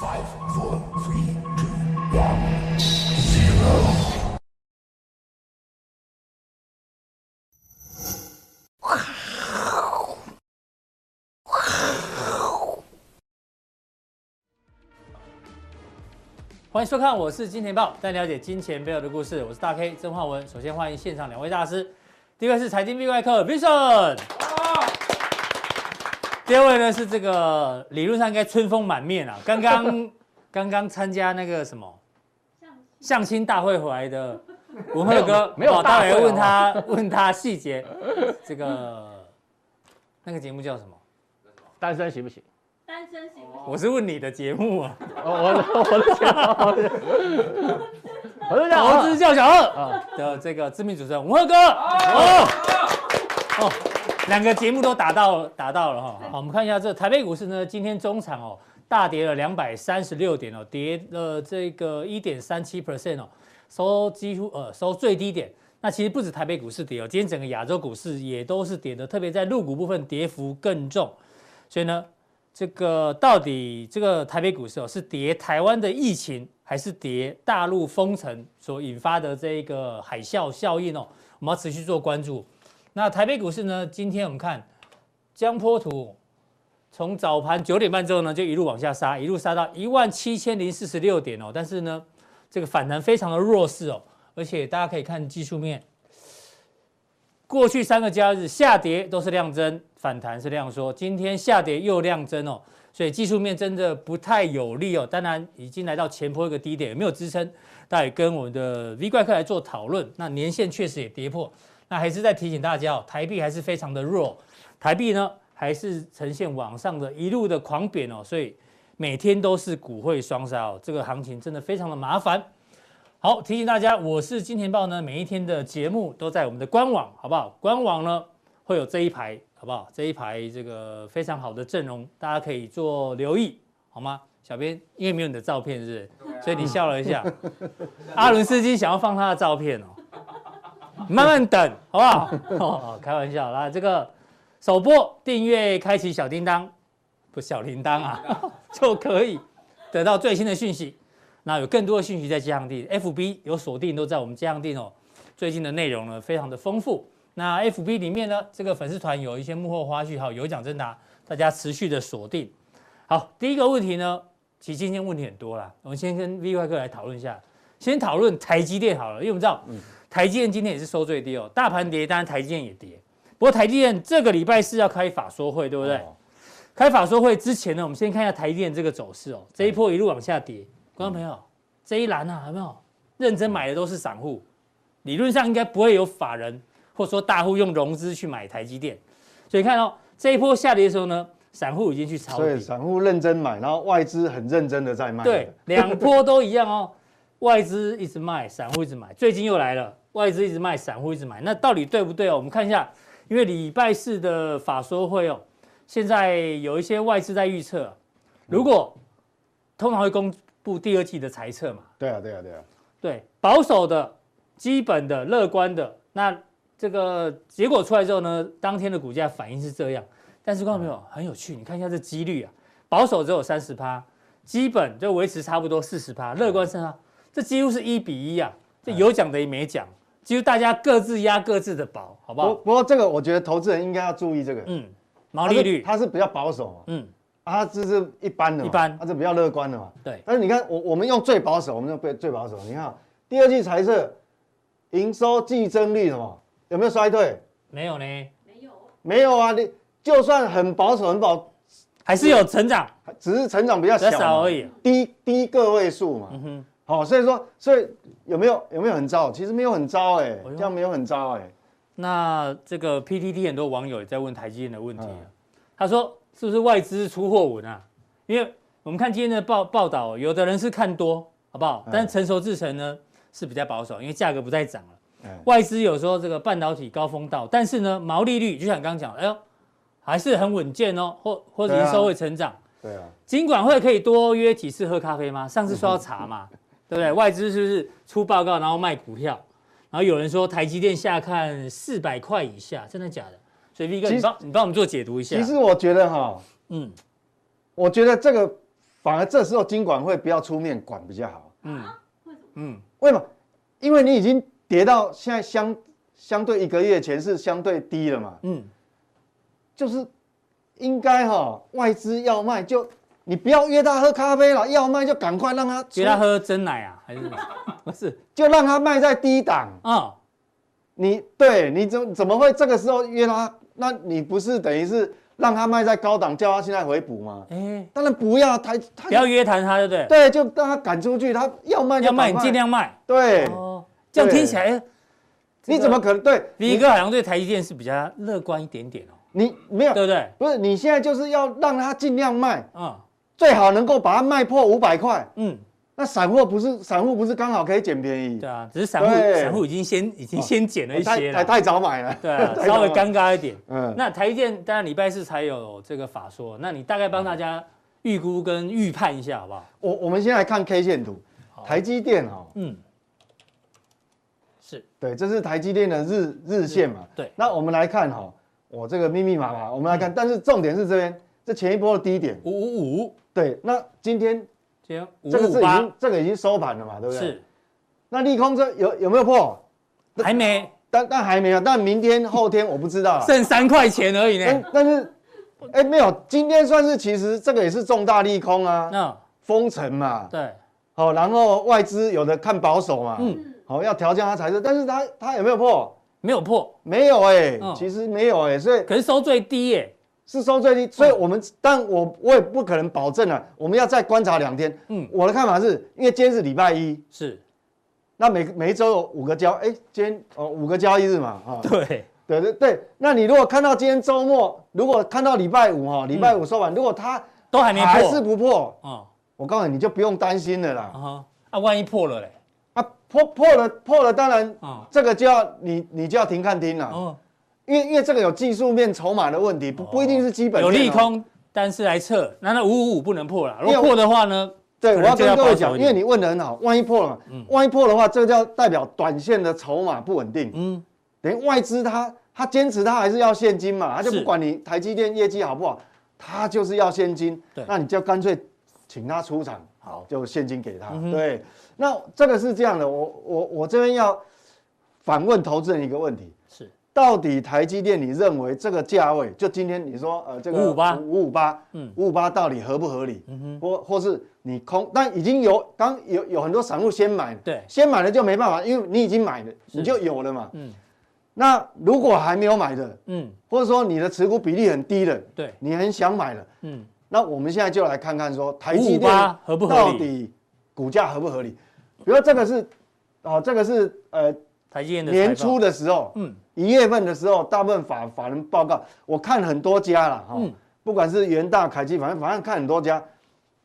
Five, four, three, two, one, zero. 欢迎收看，我是金钱豹，带你了解金钱背后的故事。我是大 K 曾焕文。首先欢迎现场两位大师，第一位是财经壁外客 Vision，第二位呢是这个理论上应该春风满面啊，刚刚 刚刚参加那个什么相亲大会回来的文赫哥，没有没有好大待会啊会好问不他问他细节，这个那个节目叫什么？单身行不行？单身行不行？我哦是问你的节目啊，哦我的我的讲，我的我的讲，投资叫小二。啊，的这个知名主持人吴赫哥。哦哦，两个节目都打到打到了哈。好，我们看一下这台北股市呢，今天中场哦大跌了两百三十六点哦，跌了这个一点三七 percent 哦，收几乎呃收最低点。那其实不止台北股市跌哦，今天整个亚洲股市也都是跌的，特别在陆股部分跌幅更重。所以呢，这个到底这个台北股市哦，是跌台湾的疫情，还是跌大陆封城所引发的这个海啸效应哦？我们要持续做关注。那台北股市呢？今天我们看江波图，从早盘九点半之后呢，就一路往下杀，一路杀到一万七千零四十六点哦。但是呢，这个反弹非常的弱势哦，而且大家可以看技术面，过去三个交易日下跌都是量增，反弹是量缩，今天下跌又量增哦，所以技术面真的不太有利哦。当然已经来到前坡一个低点，有没有支撑？大家也跟我们的 V 怪客来做讨论。那年限确实也跌破，那还是在提醒大家哦，台币还是非常的弱，台币呢还是呈现往上的一路的狂贬哦，所以每天都是股汇双杀哦，这个行情真的非常的麻烦。好，提醒大家，我是金钱豹呢，每一天的节目都在我们的官网，好不好？官网呢会有这一排，好不好？这一排这个非常好的阵容，大家可以做留意，好吗？小编因为没有你的照片，是不是？所以你笑了一下。阿伦斯基想要放他的照片哦，你慢慢等，好不好？哦，开玩笑啦，这个首播订阅开启小叮当，不小铃铛啊， 就可以得到最新的讯息。那有更多的讯息在街上地，FB 有锁定都在我们街上地哦。最近的内容呢非常的丰富。那 FB 里面呢，这个粉丝团有一些幕后花絮，还有有奖征答，大家持续的锁定。好，第一个问题呢，其实今天问题很多啦，我们先跟 V 怪哥来讨论一下，先讨论台积电好了，因为我们知道、台积电今天也是收最低哦，大盘跌，当然台积电也跌。不过台积电这个礼拜四要开法说会，对不对？哦开法说会之前呢，我们先看一下台积电这个走势哎哦，这一波一路往下跌，观众朋嗯友，这一栏啊，有没有认真买的都是散户，嗯理论上应该不会有法人或者说大户用融资去买台积电，所以看哦，这一波下跌的时候呢，散户已经去抄所以底，散户认真买，然后外资很认真的在卖。对，，两波都一样哦， 外资一直卖，散户一直买，最近又来了，外资一直卖，散户一直买，那到底对不对哦？我们看一下，因为礼拜四的法说会哦，现在有一些外资在预测，如果通常会公布第二季的财测嘛，对啊，对啊，对啊，对，保守的、基本的、乐观的，那这个结果出来之后呢，当天的股价反应是这样。但是观众朋友很有趣，你看一下这几率啊，保守只有三十趴，基本就维持差不多四十趴，乐观三十趴，这几乎是一比一啊，这有奖的也没奖，几乎大家各自压各自的宝，好不不好？不过这个我觉得投资人应该要注意这个嗯，毛利率，它是它是比较保守嘛，嗯，啊，它这是一般的嘛，一般它是比较乐观的嘛。对，但是你看，我我们用最保守，我们用最最保守。你看啊第二季财测营收季增率什么有没有衰退？没有呢，没有，没有啊，你就算很保守，很保，还是有成长，只是成长比较比较小啊少嘛而，已。啊低低个位数嘛。嗯哼，好、所以说，所以有没有有没有很糟？其实没有很糟哎、哎呦这样没有很糟哎、那这个 PTT 很多网友也在问台积电的问题啊嗯他说是不是外资出货文啊？因为我们看今天的报报道，有的人是看多，好不好？嗯但是成熟制程呢是比较保守，因为价格不再涨了。嗯外资有说这个半导体高峰到，但是呢毛利率就像你刚刚讲的，哎呦还是很稳健哦，或或者对啊营收会成长。对啊，金管会可以多约几次喝咖啡吗？上次说要查 嘛，对不对？外资是不是出报告然后卖股票？然后有人说台积电下看四百块以下，真的假的？所以 V 哥，其实啊你帮你帮我们做解读一下。其实我觉得哈，嗯，我觉得这个反而这时候金管会不要出面管比较好。嗯嗯，为什么？因为你已经跌到现在相相对一个月前是相对低了嘛，嗯，就是应该哈外资要卖就你不要约他喝咖啡了，要卖就赶快让他出给他喝真奶啊，还是 什么？不是就让他卖在低档。啊，你对你怎怎么会这个时候约他？那你不是等于是让他卖在高档，叫他现在回补吗？哎，当然不要，他他不要约谈他，对不对？对，就让他赶出去，他要卖就要卖赶你快尽量卖。对，哦，这样听起来，你怎么可能对？李哥好像对台积电是比较乐观一点点哦，你没有对不对？不是，你现在就是要让他尽量卖，嗯最好能够把它卖破五百块。嗯，那散户不是散户不是刚好可以捡便宜？对啊，只是散户对散户已经先已经先减了一些太太了，太早买了。 对啊，太稍微早买尴尬一点。嗯，那台积电当然礼拜四才有这个法说，那你大概帮大家预估跟预判一下好不好？我我们先来看 K 线图，台积电哦，嗯，是对，这是台积电的日日线嘛。对那我们来看哈，我这个密密麻麻，我们来嗯看，但是重点是这边，这前一波的低点。五五五，对，那今天今天五这个是五已八经这个已经收盘了嘛，对不对？。是那利空这有有没有破？还没但但还没有，啊但明天后天我不知道啦。啊剩三块钱而已但呢。但是，哎、没有，今天算是其实这个也是重大利空啊，那封城嘛，对，好、然后外资有的看保守嘛，嗯，好、要调降它财政，但是它它有没有破？没有破，没有哎、嗯其实没有哎、所以可是收最低耶。是收最嗯低，所以我们，但我我也不可能保证啊，我们要再观察两天。嗯嗯，我的看法是，因为今天是礼拜一，是，那每每一周有五个交，哎、今天哦五个交易日嘛，啊、对，对对对，那你如果看到今天周末，如果看到礼拜五哈，礼拜五收盘，如果它都嗯还没还破。是不破，哦，我告诉你，你就不用担心了啊啦。哈，啊，万一破了嘞？啊，破破了破了，当然啊，这个就要你你就要停看停了，哦，因为因为这个有技术面筹码的问题，不不一定是基本有面哦利。空，但是来测，那那五五五不能破了。如因为果破的话呢？对，可我能要就跟各保位守讲，一因为点嗯你问得很好，万一破了嘛，万一破的话，这个就要代表短线的筹码不稳定，嗯，等于外资它它坚持它还是要现金嘛，它就是不管你台积电业绩好不好，它就是要现金对，那你就干脆请它出场，好，就现金给他。嗯哼对，那这个是这样的，我我我这边要反问投资人一个问题：是到底台积电，你认为这个价位，就今天你说呃这个558五五八，嗯嗯，五五八到底合不合理？嗯哼或或是你空，但已经有刚有有很多散户先买，对先买了就没办法，因为你已经买了，你就有了嘛。嗯那如果还没有买的，嗯，或者说你的持股比例很低的，对，你很想买了，嗯，那我们现在就来看看说台积558电合不合理到底股价合不合理？比如说这个是，哦，这个是呃台积电的年财报初，的时候，嗯，一月份的时候，大部分法法人报告，我看很多家了哈、嗯不管是元大、凯基，反正反正看很多家，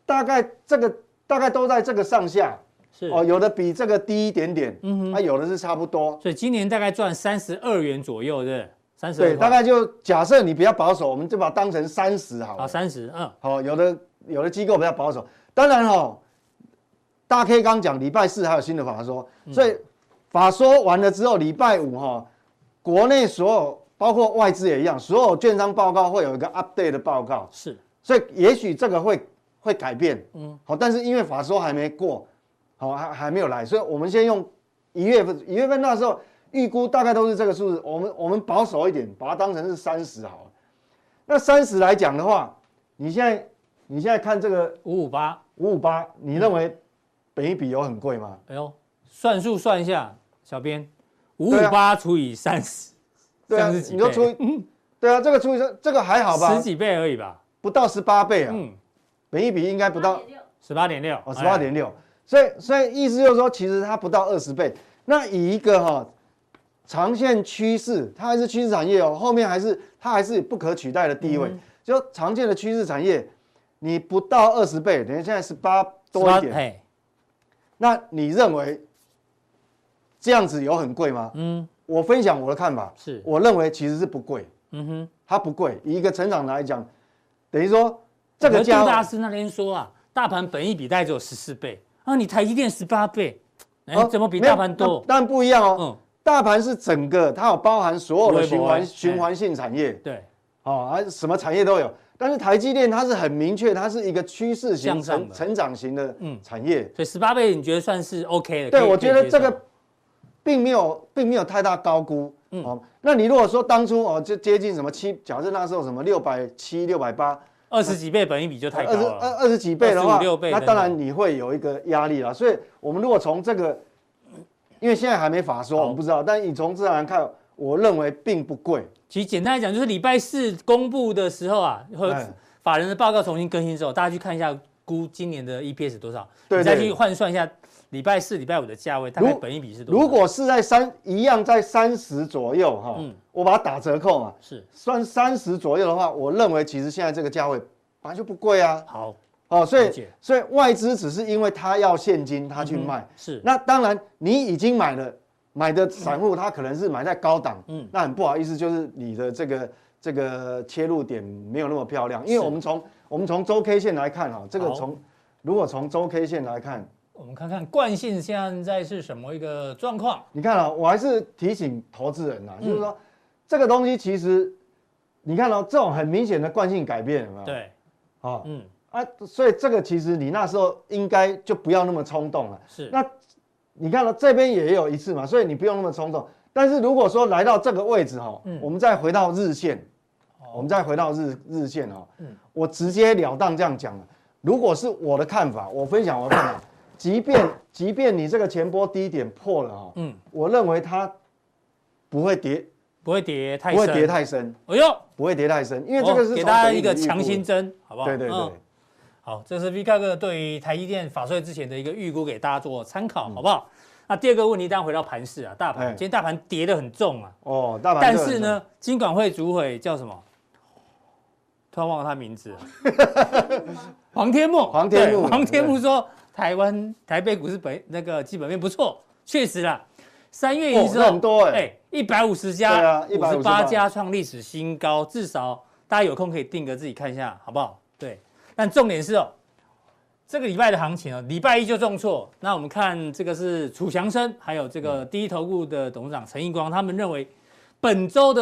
大概这个大概都在这个上下，是哦，有的比这个低一点点，嗯哼啊，有的是差不多，所以今年大概赚三十二元左右，对不对？三十对，大概就假设你比较保守，我们就把它当成三十好啊了。三十，嗯，好、有的有的机构比较保守，当然哈、大 K 刚讲礼拜四还有新的法说，所以法说完了之后，礼拜五哈、国内所有包括外资也一样，所有券商报告会有一个 update 的报告，是所以也许这个会会改变，嗯嗯，好，但是因为法说还没过，好、还还没有来，所以我们先用一月份，一月份那时候预估大概都是这个数字，我们我们保守一点，把它当成是三十好了。那三十来讲的话，你现在你现在看这个五五八，五五八，你认嗯为本一比有很贵吗？哎呦，算数算一下，小编五五对啊八除以三十，对啊，这样是几你就除以，对啊，这个除以这这个还好吧十，几倍而已吧？不到十八倍啊，嗯，本一比应该不到十八点六，哎哦，十八点六，所以所以意思就是说，其实它不到二十倍。那以一个哈、长线趋势，它还是趋势产业哦，后面还是它还是不可取代的地位。嗯就常见的趋势产业，你不到二十倍，等于现在十八多一点，哎，那你认为这样子有很贵吗？嗯我分享我的看法，是我认为其实是不贵，嗯哼。它不贵。以一个成长来讲，等于说这可个是价杜位大师那天说啊，大盘本益比大概只有十四倍，啊，你台积电十八倍，哎、哦怎么比没有大盘多那？当然不一样哦。嗯，大盘是整个它有包含所有的循微博哎环循环性产业，对，哦，啊什么产业都有。但是台积电它是很明确，它是一个趋势型向上成的成长型的嗯产业。所以十八倍你觉得算是 OK 的？对，可以我觉得这，可以接个并没有并没有太大高估。嗯哦，那你如果说当初哦就接近什么七，假设那时候什么六百七、六百八，受二十几倍本益比就太高呃二十二了。二十几倍的话25-6倍，那等等当然你会有一个压力啦。所以我们如果从这个，因为现在还没法说，好我们不知道，但你从自然看，我认为并不贵。其实简单来讲，就是礼拜四公布的时候啊，和哎法人的报告重新更新之后，大家去看一下估今年的 EPS 多少，对你再对去换算一下礼拜四、礼拜五的价位，大概如本益比是多少？如果是在三一样在三十左右哈嗯，我把它打折扣嘛，是算三十左右的话，我认为其实现在这个价位本来就不贵啊。好，哦，所了以解所以外资只是因为他要现金，他去卖。嗯是那当然，你已经买了，买的散户他可能是买在高档，嗯嗯，那很不好意思，就是你的这个这个切入点没有那么漂亮，因是为我们从我们从周 K 线来看哈，这个好从如果从周 K 线来看，我们看看惯性现在是什么一个状况？你看啊，我还是提醒投资人啊，就是说这个东西其实你看哦，这种很明显的惯性改变有没有？，对，好、嗯，啊，所以这个其实你那时候应该就不要那么冲动了。是那你看到这边也有一次嘛，所以你不用那么冲动。但是如果说来到这个位置哈，嗯哦我们再回到日线，我们再回到日日线哈，嗯我直截了当这样讲了，如果是我的看法，我分享我的看法， 即便即便你这个前波低点破了哈，嗯，我认为它不会跌，不会跌太不深，会跌，太深，哎呦，不会跌太深，因为这个哦是给从大家本益一个比预估强的心针，好不好？对对对嗯。好，这是 V 哥哥对于台积电法税之前的一个预估，给大家做参考，好不好？那第二个问题，当然回到盘市啊，大盘嗯哎今天大盘跌得很重啊，哦，大盘但就很是深呢，金管会主委叫什么？突然忘了他名字了，黄天木。黄天对木黄天木说，台湾台北股市本那个基本面不错，确实啦。三月营哦收那很多哎一百五十对家啊，五十158八家创历史新高，至少大家有空可以定格自己看一下，好不好？对，但重点是哦，这个礼拜的行情哦，礼拜一就重挫。那我们看这个是楚祥生，还有这个第一投顾的董事长陈义光，他们认为本周的